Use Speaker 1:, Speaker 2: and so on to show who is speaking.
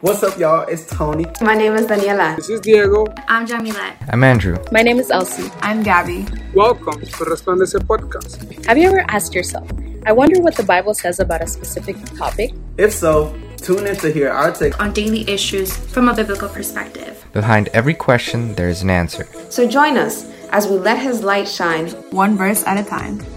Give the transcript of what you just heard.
Speaker 1: What's up, y'all? It's Tony.
Speaker 2: My name is Daniela.
Speaker 3: This is Diego.
Speaker 4: I'm Jamila.
Speaker 5: I'm Andrew.
Speaker 6: My name is Elsie.
Speaker 7: I'm Gabby.
Speaker 3: Welcome to Resplandece Podcast.
Speaker 6: Have you ever asked yourself, I wonder what the Bible says about a specific topic?
Speaker 1: If so, tune in to hear our take
Speaker 4: on daily issues from a biblical perspective.
Speaker 5: Behind every question, there is an answer.
Speaker 2: So join us as we let His light shine
Speaker 7: one verse at a time.